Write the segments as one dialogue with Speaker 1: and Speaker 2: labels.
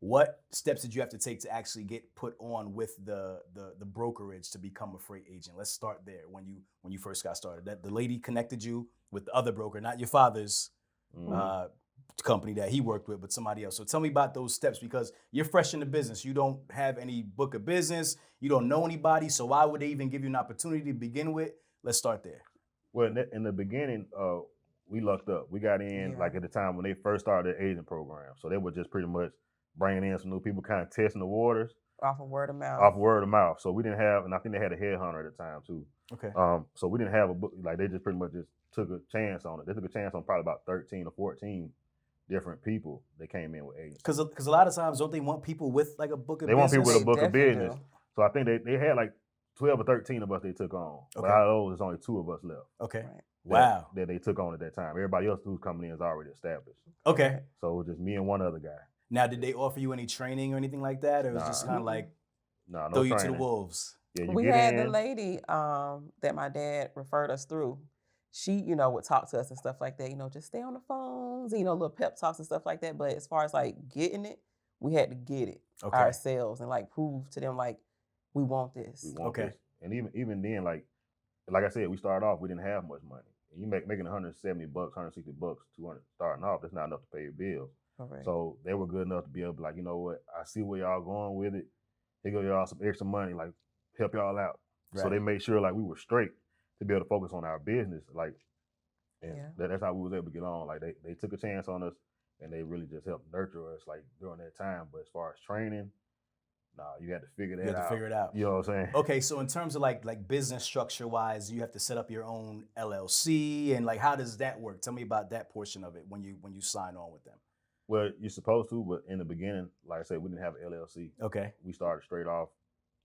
Speaker 1: What steps did you have to take to actually get put on with the, the the brokerage to become a freight agent? Let's start there. When you when you first got started, that the lady connected you with the other broker, not your father's
Speaker 2: Mhm.
Speaker 1: uh, company that he worked with, but somebody else. So tell me about those steps because you're fresh in the business. You don't have any book of business. You don't know anybody. So why would they even give you an opportunity to begin with? Let's start there.
Speaker 2: Well, in the, in the beginning, uh, we lucked up. We got in
Speaker 3: Yeah.
Speaker 2: like at the time when they first started the agent program, so they were just pretty much bringing in some new people, kind of testing the waters
Speaker 3: off of word of mouth.
Speaker 2: off word of mouth. So we didn't have, and I think they had a headhunter at the time too.
Speaker 1: Okay.
Speaker 2: Um, so we didn't have a book. Like they just pretty much just took a chance on it. They took a chance on probably about thirteen or fourteen different people that came in with agents.
Speaker 1: Because because a lot of times don't they want people with like a book of
Speaker 2: They want
Speaker 1: business?
Speaker 2: people with a
Speaker 3: They
Speaker 2: book of
Speaker 3: definitely
Speaker 2: business.
Speaker 3: do.
Speaker 2: So I think they, they had like twelve or thirteen of us they took on. But
Speaker 1: Okay.
Speaker 2: out of those, there's only two of us left.
Speaker 1: Okay.
Speaker 3: Right.
Speaker 2: that-
Speaker 1: Wow.
Speaker 2: That, they took on at that time. Everybody else who's coming in is already established.
Speaker 1: Okay.
Speaker 2: So it was just me and one other guy.
Speaker 1: Now, did they offer you any training or anything like that, or it was just
Speaker 2: Nah.
Speaker 1: kind of like
Speaker 2: No, no
Speaker 1: throw you
Speaker 2: training.
Speaker 1: to the wolves?
Speaker 2: Yeah, you
Speaker 3: we
Speaker 2: get
Speaker 3: had
Speaker 2: in.
Speaker 3: the lady um, that my dad referred us through. She, you know, would talk to us and stuff like that. You know, just stay on the phones, you know, little pep talks and stuff like that. But as far as like getting it, we had to get it
Speaker 1: Okay.
Speaker 3: ourselves and like prove to them like we want this.
Speaker 2: we want
Speaker 1: Okay.
Speaker 2: this. And even even then, like like I said, we started off, we didn't have much money. And you make making 170 bucks, 160 bucks, 200 starting off, that's not enough to pay your bills.
Speaker 3: Correct.
Speaker 2: So they were good enough to be able to be like, you know what, I see where y'all going with it. Here go y'all some extra money, like help y'all out. So
Speaker 1: Right.
Speaker 2: they made sure like we were straight to be able to focus on our business. Like and
Speaker 3: Yeah.
Speaker 2: that, that's how we was able to get on. Like they, they took a chance on us and they really just helped nurture us like during that time. But as far as training, nah, you had to figure that
Speaker 1: you had
Speaker 2: out.
Speaker 1: to figure it out.
Speaker 2: You know what I'm saying?
Speaker 1: Okay, so in terms of like like business structure wise, you have to set up your own LLC and like how does that work? Tell me about that portion of it when you when you sign on with them.
Speaker 2: Well, you're supposed to, but in the beginning, like I said, we didn't have a LLC.
Speaker 1: Okay.
Speaker 2: We started straight off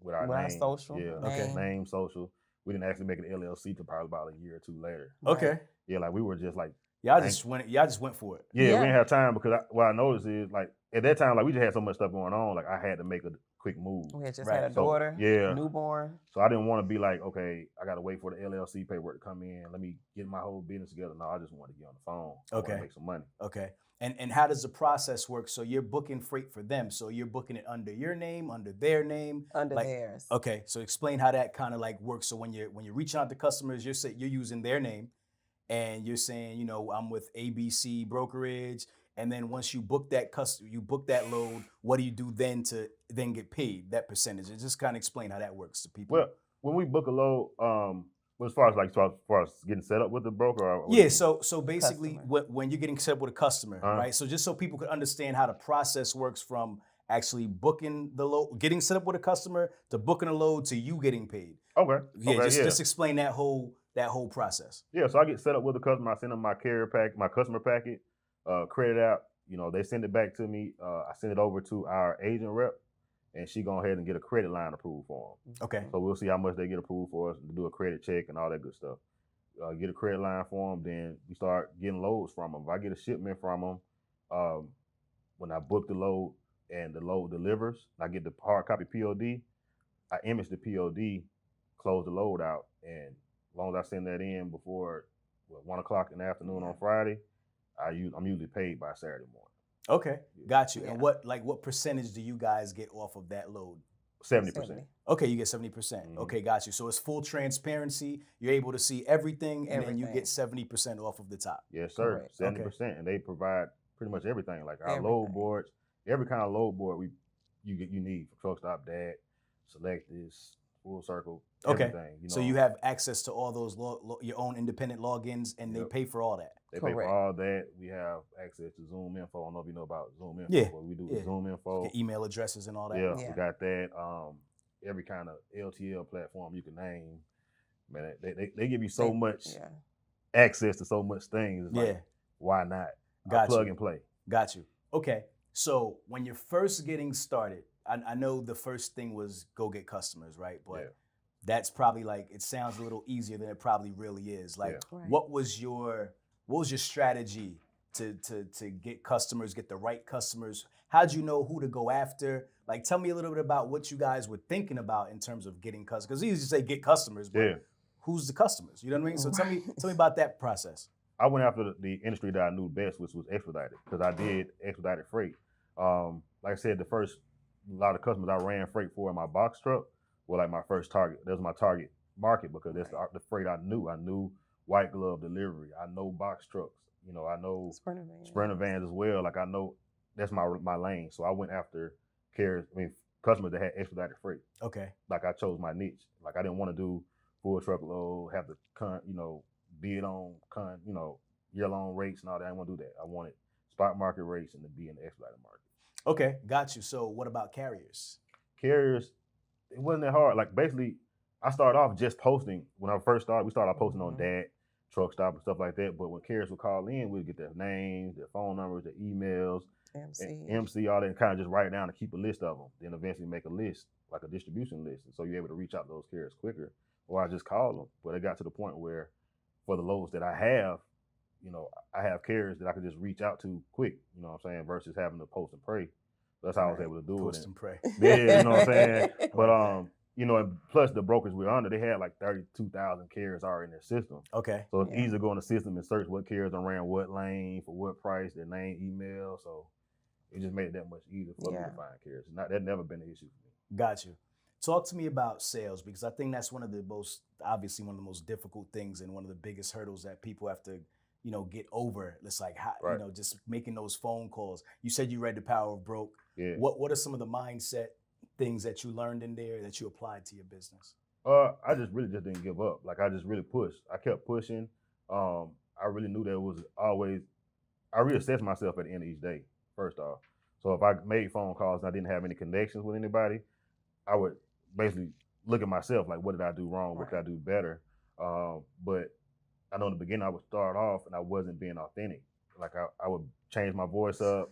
Speaker 2: with our
Speaker 3: With our
Speaker 2: name.
Speaker 3: social,
Speaker 2: yeah,
Speaker 3: Okay. name.
Speaker 2: name, social. We didn't actually make an LLC till probably about a year or two later.
Speaker 3: Right.
Speaker 2: Yeah, like we were just like,
Speaker 1: Y'all
Speaker 2: Thank-
Speaker 1: just went y'all just went for it.
Speaker 2: yeah,
Speaker 3: Yeah.
Speaker 2: we didn't have time because I, what I noticed is like at that time, like we just had so much stuff going on, like I had to make a quick move.
Speaker 3: We had just
Speaker 1: Right.
Speaker 3: had a
Speaker 2: So,
Speaker 3: daughter,
Speaker 2: yeah.
Speaker 3: newborn.
Speaker 2: So I didn't want to be like, okay, I got to wait for the LLC paperwork to come in. Let me get my whole business together. No, I just wanted to get on the phone. I wanted to
Speaker 1: Okay.
Speaker 2: make some money.
Speaker 1: Okay. And and how does the process work? So you're booking freight for them. So you're booking it under your name, under their name.
Speaker 3: under
Speaker 1: Like,
Speaker 3: theirs.
Speaker 1: Okay. So explain how that kind of like works. So when you're when you're reaching out to customers, you're say, you're using their name and you're saying, you know, I'm with ABC brokerage. And then once you book that custom you book that load, what do you do then to then get paid that percentage? And just kind of explain how that works to people.
Speaker 2: Well, when we book a load, um, well, as far as like as far as, far as getting set up with the broker, or,
Speaker 1: Yeah, so so basically,
Speaker 3: Customer.
Speaker 1: what, when you're getting set up with a customer,
Speaker 2: Uh-huh.
Speaker 1: right? So just so people could understand how the process works from actually booking the load, getting set up with a customer, to booking a load, to you getting paid.
Speaker 2: okay,
Speaker 1: Yeah,
Speaker 2: okay,
Speaker 1: just,
Speaker 2: yeah.
Speaker 1: just explain that whole that whole process.
Speaker 2: yeah. So I get set up with the customer. I send them my carrier pack, my customer packet, uh, credit app. You know, they send it back to me. Uh, I send it over to our agent rep, and she go ahead and get a credit line approved for them.
Speaker 1: Okay.
Speaker 2: So we'll see how much they get approved for us and do a credit check and all that good stuff. Uh, get a credit line for them, then we start getting loads from them. If I get a shipment from them, um, when I book the load and the load delivers, I get the hard copy POD. I image the POD, close the load out, and as long as I send that in before what, one o'clock in the afternoon on
Speaker 3: Yeah.
Speaker 2: Friday, I u- I'm usually paid by Saturday morning,
Speaker 1: Okay. Got you.
Speaker 3: Yeah.
Speaker 1: And what like what percentage do you guys get off of that load?
Speaker 2: seventy percent.
Speaker 1: Okay, you get 70%. percent
Speaker 2: Mhm.
Speaker 1: Okay, got you. So it's full transparency. You're able to see everything, and then you get
Speaker 3: Everything.
Speaker 1: 70% off of the top.
Speaker 2: Yes, sir.
Speaker 3: Correct.
Speaker 2: Seventy
Speaker 1: Okay.
Speaker 2: percent, and they provide pretty much everything, like our
Speaker 3: Everything.
Speaker 2: load boards, every kind of load board we you get you need from truck stop dad, select this full circle,
Speaker 1: Okay.
Speaker 2: everything. You know,
Speaker 1: so you have access to all those lo- lo- your own independent logins, and
Speaker 2: Yep.
Speaker 1: they pay for all that.
Speaker 2: they pay for
Speaker 3: Correct.
Speaker 2: all that. We have access to Zoom info. I don't know if you know about Zoom info.
Speaker 1: Yeah,
Speaker 2: but we do
Speaker 1: yeah.
Speaker 2: Zoom info.
Speaker 1: Your email addresses and all that.
Speaker 2: Yeah,
Speaker 3: Yeah.
Speaker 2: we got that. Um, every kind of LTL platform you can name. Man, they they, they give you so
Speaker 3: They-
Speaker 2: much
Speaker 3: Yeah.
Speaker 2: access to so much things. It's
Speaker 1: Yeah,
Speaker 2: like, why not? I
Speaker 1: Got
Speaker 2: plug
Speaker 1: you.
Speaker 2: and play.
Speaker 1: got you. Okay, so when you're first getting started, I, I know the first thing was go get customers, right? But
Speaker 2: Yeah.
Speaker 1: that's probably like it sounds a little easier than it probably really is. Like,
Speaker 2: Yeah.
Speaker 3: Right.
Speaker 1: what was your what was your strategy to to to get customers, get the right customers? How'd you know who to go after? Like, tell me a little bit about what you guys were thinking about in terms of getting customers. Because easy to say get customers, but
Speaker 2: Yeah.
Speaker 1: who's the customers? You know what I mean? So tell me
Speaker 3: Right.
Speaker 1: tell me about that process.
Speaker 2: I went after the, the industry that I knew best, which was expedited, because I did expedited freight. Um, like I said, the first a lot of customers I ran freight for in my box truck were like my first target. That was my target market because that's the, the freight I knew. I knew white glove delivery. I know box trucks. You know, I know
Speaker 3: Sprinter van.
Speaker 2: sprinter vans as well. Like I know that's my my lane. So I went after carriers. I mean, customers that had expedited freight.
Speaker 1: Okay.
Speaker 2: Like I chose my niche. Like I didn't want to do full truckload, have the con, you know, bid on con, you know, year long rates and all that. I didn't want to do that. I wanted spot market rates and to be in the expedited market.
Speaker 1: Okay. Got you. So what about carriers?
Speaker 2: Carriers, it wasn't that hard. Like basically, I started off just posting when I first started. We started off posting
Speaker 3: Mhm.
Speaker 2: on dad truck stop and stuff like that. But when carriers would call in, we'd get their names, their phone numbers, their emails.
Speaker 3: MC.
Speaker 2: and MC all that, and kind of just write it down and keep a list of them. Then eventually make a list, like a distribution list, and so you're able to reach out to those carriers quicker. Or I just called them, but it got to the point where, for the loads that I have, you know, I have carriers that I could just reach out to quick. You know what I'm saying? Versus having to post and pray. That's how I was
Speaker 3: Right.
Speaker 2: able to do
Speaker 1: Post
Speaker 2: it.
Speaker 1: and pray.
Speaker 2: Yeah, you know what I'm saying? And- but um, you know, and plus the brokers we're under, they had like thirty-two thousand carriers already in their system.
Speaker 1: Okay.
Speaker 2: So it's
Speaker 3: Yeah.
Speaker 2: easy to go in the system and search what carriers done ran what lane for what price, their name, email. So it just made it that much easier for me
Speaker 3: Yeah.
Speaker 2: to find carriers. Not that never been an issue for me.
Speaker 1: Got you. Talk to me about sales because I think that's one of the most obviously one of the most difficult things and one of the biggest hurdles that people have to you know get over. It's like how, you
Speaker 2: Right.
Speaker 1: know just making those phone calls. You said you read The Power of Broke.
Speaker 2: Yeah.
Speaker 1: What what are some of the mindset things that you learned in there that you applied to your business?
Speaker 2: Uh, I just really just didn't give up. Like I just really pushed. I kept pushing. Um, I really knew that it was always. I reassessed myself at the end of each day. First off, so if I made phone calls and I didn't have any connections with anybody, I would basically look at myself like, what did I do wrong? What could I do better? Um, but I know in the beginning I would start off and I wasn't being authentic. Like I, I would change my voice up.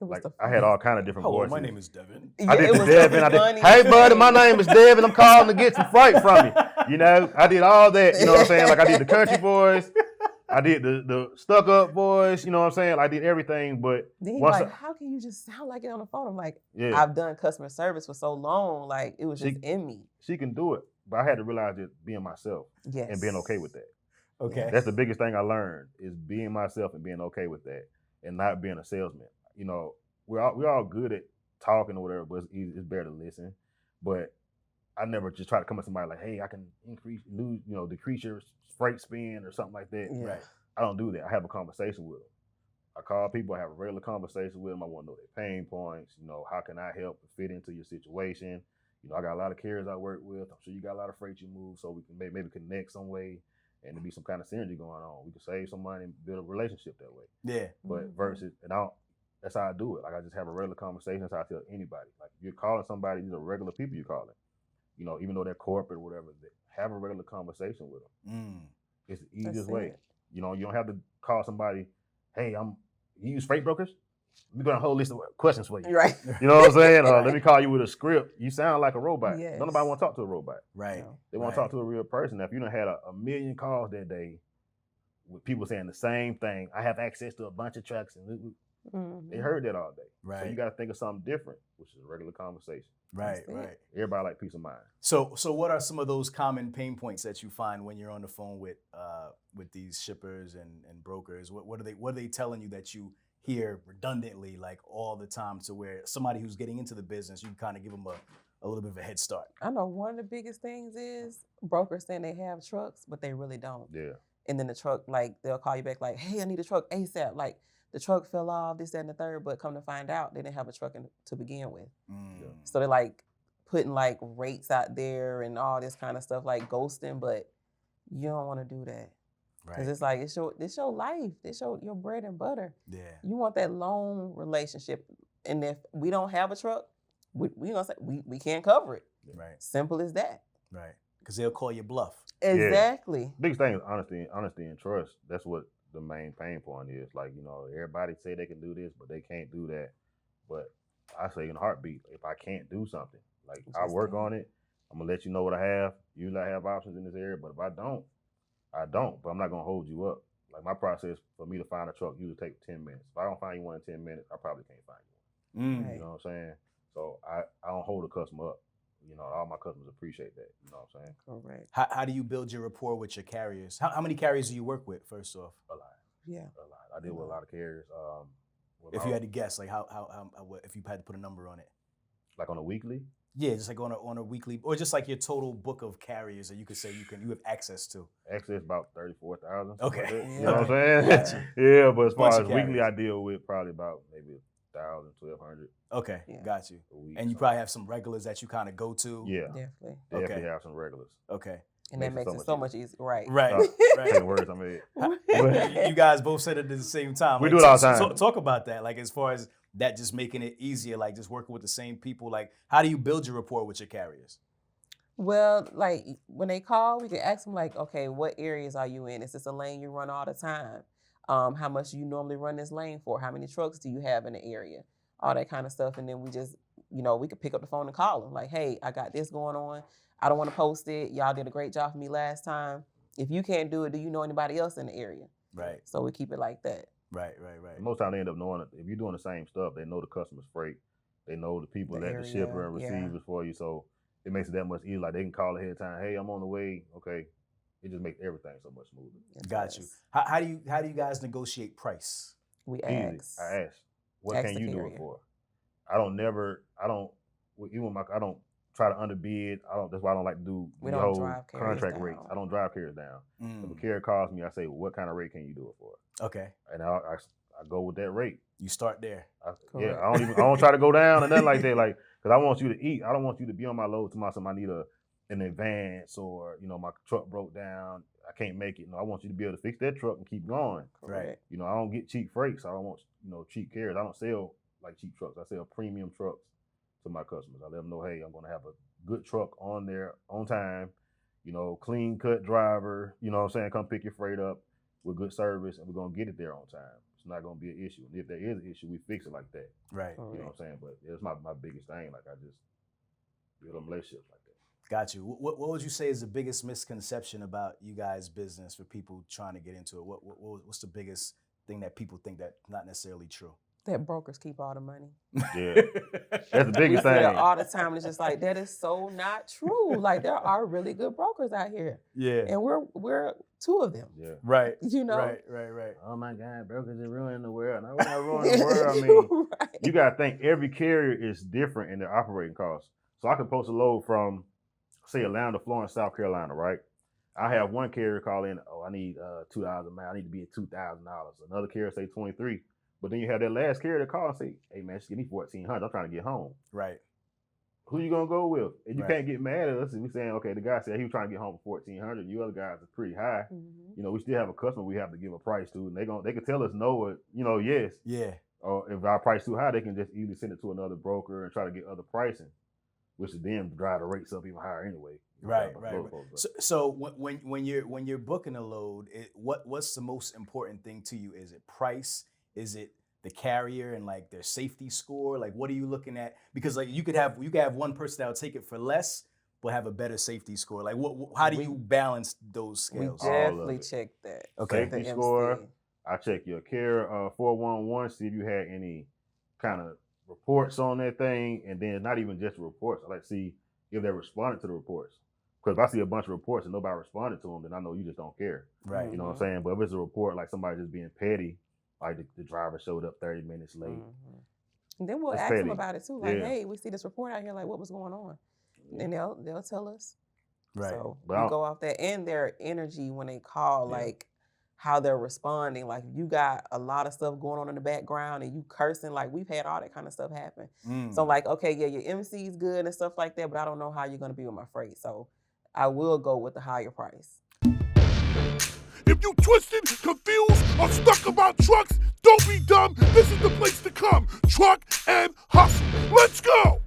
Speaker 3: It was
Speaker 2: Like
Speaker 3: the
Speaker 2: I had all kind of different
Speaker 1: Hello,
Speaker 2: voices.
Speaker 1: my name is Devin.
Speaker 3: Yeah,
Speaker 2: I did
Speaker 3: it
Speaker 2: the
Speaker 3: was
Speaker 2: Devin. I did,
Speaker 3: funny.
Speaker 2: hey, buddy, my name is Devin. I'm calling to get some freight from you. You know, I did all that. You know what I'm saying? Like I did the country voice. I did the the stuck up voice. You know what I'm saying? I did everything, but
Speaker 3: Then he
Speaker 2: once
Speaker 3: like,
Speaker 2: I-
Speaker 3: how can you just sound like it on the phone? I'm like,
Speaker 2: yeah,
Speaker 3: I've done customer service for so long, like it was
Speaker 2: She-
Speaker 3: just in me.
Speaker 2: she can do it. But I had to realize that being myself
Speaker 3: Yes.
Speaker 2: and being okay with that.
Speaker 1: okay.
Speaker 2: That's the biggest thing I learned is being myself and being okay with that, and not being a salesman. You know, we're all we're all good at talking or whatever, but it's easy, it's better to listen. But I never just try to come at somebody like, "Hey, I can increase, lose, you know, decrease your freight spend or something like that."
Speaker 3: Yeah.
Speaker 1: Right.
Speaker 2: I don't do that. I have a conversation with them. I call people, I have a regular conversation with them. I want to know their pain points. You know, how can I help and fit into your situation? You know, I got a lot of carriers I work with. I'm sure you got a lot of freight you move, so we can may- maybe connect some way and there be some kind of synergy going on. We can save some money and build a relationship that way.
Speaker 1: Yeah.
Speaker 2: But
Speaker 3: Mhm.
Speaker 2: versus, and I don't, that's how I do it. Like I just have a regular conversation. That's how I tell anybody. Like if you're calling somebody, these are regular people you're calling. You know, even though they're corporate or whatever, they have a regular conversation with them.
Speaker 1: Mm.
Speaker 2: It's the
Speaker 3: That's
Speaker 2: easiest way.
Speaker 3: it.
Speaker 2: You know, you don't have to call somebody, hey, I'm you use freight brokers? Let me go down a whole list of questions for you.
Speaker 3: Right.
Speaker 2: You know what I'm saying? Uh, let
Speaker 3: Right.
Speaker 2: me call you with a script. You sound like a robot.
Speaker 3: Yes.
Speaker 2: Don't nobody want to talk to a robot.
Speaker 1: Right.
Speaker 3: No.
Speaker 2: They want
Speaker 1: Right.
Speaker 2: to talk to a real person. Now, if you done had a, a million calls that day with people saying the same thing, I have access to a bunch of trucks, and woo-woo," they
Speaker 3: Mhm.
Speaker 2: heard that all day. So you
Speaker 1: Right.
Speaker 2: got to think of something different, which is a regular conversation.
Speaker 1: Right.
Speaker 3: That's it.
Speaker 1: Right.
Speaker 2: Everybody like peace of mind.
Speaker 1: So, so what are some of those common pain points that you find when you're on the phone with uh, with these shippers and, and brokers? What, what are they What are they telling you that you hear redundantly, like all the time, to where somebody who's getting into the business, you can kind of give them a, a little bit of a head start.
Speaker 3: I know one of the biggest things is brokers saying they have trucks, but they really don't.
Speaker 2: Yeah.
Speaker 3: And then the truck, like they'll call you back, like, "Hey, I need a truck ASAP." Like the truck fell off, this, that, and the third. But come to find out, they didn't have a truck in, to begin with.
Speaker 1: Mm.
Speaker 3: So they're like putting like rates out there and all this kind of stuff, like ghosting. But you don't want to do that because
Speaker 1: Right.
Speaker 3: it's like it's your it's your life, it's your your bread and butter.
Speaker 1: Yeah.
Speaker 3: You want that long relationship, and if we don't have a truck, we we gonna say we, we can't cover it.
Speaker 1: Right.
Speaker 3: Simple as that.
Speaker 1: Right. Because they'll call you bluff.
Speaker 3: Exactly.
Speaker 2: biggest thing is honesty, honesty and trust. That's what the main pain point is. Like you know, everybody say they can do this, but they can't do that. But I say in a heartbeat, if I can't do something, like I
Speaker 3: Just
Speaker 2: work
Speaker 3: do it.
Speaker 2: on it, I'm gonna let you know what I have. Usually I have options in this area, but if I don't, I don't. But I'm not gonna hold you up. Like my process for me to find a truck usually take ten minutes. If I don't find you one in ten minutes, I probably can't find you.
Speaker 1: Mm.
Speaker 2: one.
Speaker 3: Right.
Speaker 2: You know what I'm saying? So I I don't hold a customer up. You know, all my customers appreciate that. You know what I'm saying?
Speaker 3: Correct.
Speaker 1: How, how do you build your rapport with your carriers? How, how many carriers do you work with? First off,
Speaker 2: A lot.
Speaker 3: Yeah.
Speaker 2: a lot. I deal with a lot of carriers. Um, Well,
Speaker 1: Mm-hmm. If
Speaker 2: I-
Speaker 1: you had to guess, like how how, how, how what- if you had to put a number on it.
Speaker 2: like on a weekly,
Speaker 1: Yeah, just like on a on a weekly or just like your total book of carriers that you could say you can you have access to.
Speaker 2: access about thirty four thousand.
Speaker 1: Okay.
Speaker 2: you know what I'm
Speaker 1: Okay.
Speaker 2: saying? yeah, but as far
Speaker 1: Bunch
Speaker 2: as
Speaker 1: of
Speaker 2: weekly, I
Speaker 1: carriers.
Speaker 2: deal with probably about maybe a thousand, twelve hundred
Speaker 1: Okay,
Speaker 3: Yeah.
Speaker 1: got you.
Speaker 2: a week.
Speaker 1: And you probably have some regulars that you kind of go to.
Speaker 2: yeah,
Speaker 3: Definitely.
Speaker 2: definitely
Speaker 1: Okay.
Speaker 2: have some regulars.
Speaker 1: Okay.
Speaker 3: And that makes it so much easier. Right.
Speaker 1: Right.
Speaker 2: Uh, Taking
Speaker 1: right.
Speaker 2: words, I mean,
Speaker 1: you you guys both said it at the same time.
Speaker 2: We
Speaker 1: Like,
Speaker 2: do it all
Speaker 1: t-
Speaker 2: the
Speaker 1: t-
Speaker 2: time.
Speaker 1: talk about that, like as far as that, just making it easier, like just working with the same people. Like, how do you build your rapport with your carriers?
Speaker 3: Well, like when they call, we can ask them like, okay, what areas are you in? Is this a lane you run all the time? Um, how much do you normally run this lane for? How many trucks do you have in the area? All that kind of stuff, and then we just, you know, we could pick up the phone and call them like, hey, I got this going on. I don't want to post it. Y'all did a great job for me last time. If you can't do it, do you know anybody else in the area?
Speaker 1: Right,
Speaker 3: So we keep it like that.
Speaker 1: right, right, right.
Speaker 2: most time they end up knowing it. if you're doing the same stuff, they know the customer's freight, they know the people
Speaker 3: The
Speaker 2: that the shipper
Speaker 3: area,
Speaker 2: and
Speaker 3: yeah.
Speaker 2: receivers for you, so it makes it that much easier. Like they can call ahead of time. Hey, I'm on the way. Okay, it just makes everything so much smoother.
Speaker 3: Yes,
Speaker 1: Got you.
Speaker 3: yes.
Speaker 1: How, how do you how do you guys negotiate price?
Speaker 3: We
Speaker 2: Easy.
Speaker 3: ask.
Speaker 2: I ask, what
Speaker 3: Ask
Speaker 2: can
Speaker 3: the
Speaker 2: you do it
Speaker 3: carrier.
Speaker 2: for? I don't never, I don't, well, even with my, I don't try to underbid. I don't. That's why I don't like to do
Speaker 3: We
Speaker 2: the
Speaker 3: don't
Speaker 2: whole
Speaker 3: drive carriers
Speaker 2: contract
Speaker 3: down. Mm.
Speaker 2: rates. I don't drive carriers down. If a carrier calls me, I say, what kind of rate can you do it for?
Speaker 1: Mm, Okay,
Speaker 2: And I, I, I go with that rate.
Speaker 1: you start there.
Speaker 2: I, yeah,
Speaker 3: Correct.
Speaker 2: I don't even, I don't try to go down or nothing like that. Like, cause I want you to eat. I don't want you to be on my load tomorrow. So I need a an advance or you know my truck broke down. I can't make it. No, I want you to be able to fix that truck and keep going.
Speaker 1: Right.
Speaker 2: You know, I don't get cheap freights. I don't want you know cheap carriers. I don't sell like cheap trucks. I sell premium trucks to my customers. I let them know, hey, I'm going to have a good truck on there on time. You know, clean cut driver. You know what I'm saying? Come pick your freight up with good service, and we're going to get it there on time. It's not going to be an issue. And if there is an issue, we fix it like that.
Speaker 1: Right,
Speaker 2: You know
Speaker 3: Correct.
Speaker 2: what I'm saying? But it's my my biggest thing. Like I just build them relationships like that.
Speaker 1: got you. What, what would you say is the biggest misconception about you guys' business for people trying to get into it? What, what what- what's the biggest thing that people think that's not necessarily true?
Speaker 3: That brokers keep all the money.
Speaker 2: Yeah, that's the
Speaker 3: we
Speaker 2: biggest
Speaker 3: see that
Speaker 2: thing.
Speaker 3: all the time. And it's just like that is so not true. Like there are really good brokers out here,
Speaker 1: Yeah.
Speaker 3: and we're we're two of them.
Speaker 2: Yeah.
Speaker 1: Right.
Speaker 3: You know,
Speaker 1: Right. Right. Right.
Speaker 2: Oh my God, brokers are ruining the world. Now we're not ruining the world. I mean,
Speaker 3: Right.
Speaker 2: you gotta think every carrier is different in their operating costs. So I can post a load from say Atlanta, Florence, South Carolina, right? I have one carrier call in, oh, I need uh two dollars a mile, I need to be at two thousand dollars. Another carrier say twenty three. But then you have that last carrier to call and say, Hey man, just give me fourteen hundred. I'm trying to get home.
Speaker 1: Right.
Speaker 2: Who you gonna go with? And you
Speaker 1: Right.
Speaker 2: can't get mad at us if we saying, okay, the guy said he was trying to get home for fourteen hundred, you other guys are pretty high.
Speaker 3: Mhm.
Speaker 2: You know, we still have a customer we have to give a price to, and they gonna they can tell us no or you know, yes
Speaker 1: Yeah.
Speaker 2: or if our price too high, they can just easily send it to another broker and try to get other pricing, which would then drive the rates up even higher anyway. You know,
Speaker 1: Right,
Speaker 2: drive the
Speaker 1: right,
Speaker 2: flow
Speaker 1: right.
Speaker 2: folks up.
Speaker 1: So, so when, when when you're when you're booking a load, it, what what's the most important thing to you? Is it price? Is it the carrier and like their safety score? Like what are you looking at? Because like you could have you could have one person that'll take it for less, but have a better safety score. Like what? wh- How do
Speaker 3: We-
Speaker 1: you balance those
Speaker 3: We
Speaker 1: scales?
Speaker 2: did-
Speaker 3: definitely
Speaker 2: it.
Speaker 3: check that.
Speaker 1: Okay.
Speaker 3: The
Speaker 2: Safety
Speaker 3: MC.
Speaker 2: score. I check your care uh, 411, see if you had any kind of reports on that thing. And then not even just reports. I like to see if they responded to the reports. Because if I see a bunch of reports and nobody responded to them, then I know you just don't care.
Speaker 1: Right.
Speaker 2: You know what I'm saying? But if it's a report like somebody just being petty, like the, the driver showed up 30 minutes late.
Speaker 3: Mhm. And then we'll
Speaker 2: That's
Speaker 3: ask them
Speaker 2: petty.
Speaker 3: about it too. Like,
Speaker 2: Yeah.
Speaker 3: hey, we see this report out here. Like, what was going on? And they'll they'll tell us.
Speaker 1: Right.
Speaker 3: So
Speaker 2: But
Speaker 3: we
Speaker 2: I'll-
Speaker 3: go off that and their energy when they call,
Speaker 2: Yeah.
Speaker 3: like how they're responding. Like you got a lot of stuff going on in the background and you cursing. Like we've had all that kind of stuff happen.
Speaker 1: Mm,
Speaker 3: So like, okay, yeah, your MC is good and stuff like that, but I don't know how you're gonna be with my freight. So I will go with the higher price.
Speaker 4: If you twisted, confused, or stuck about trucks, don't be dumb. This is the place to come. Truck and hustle. Let's go.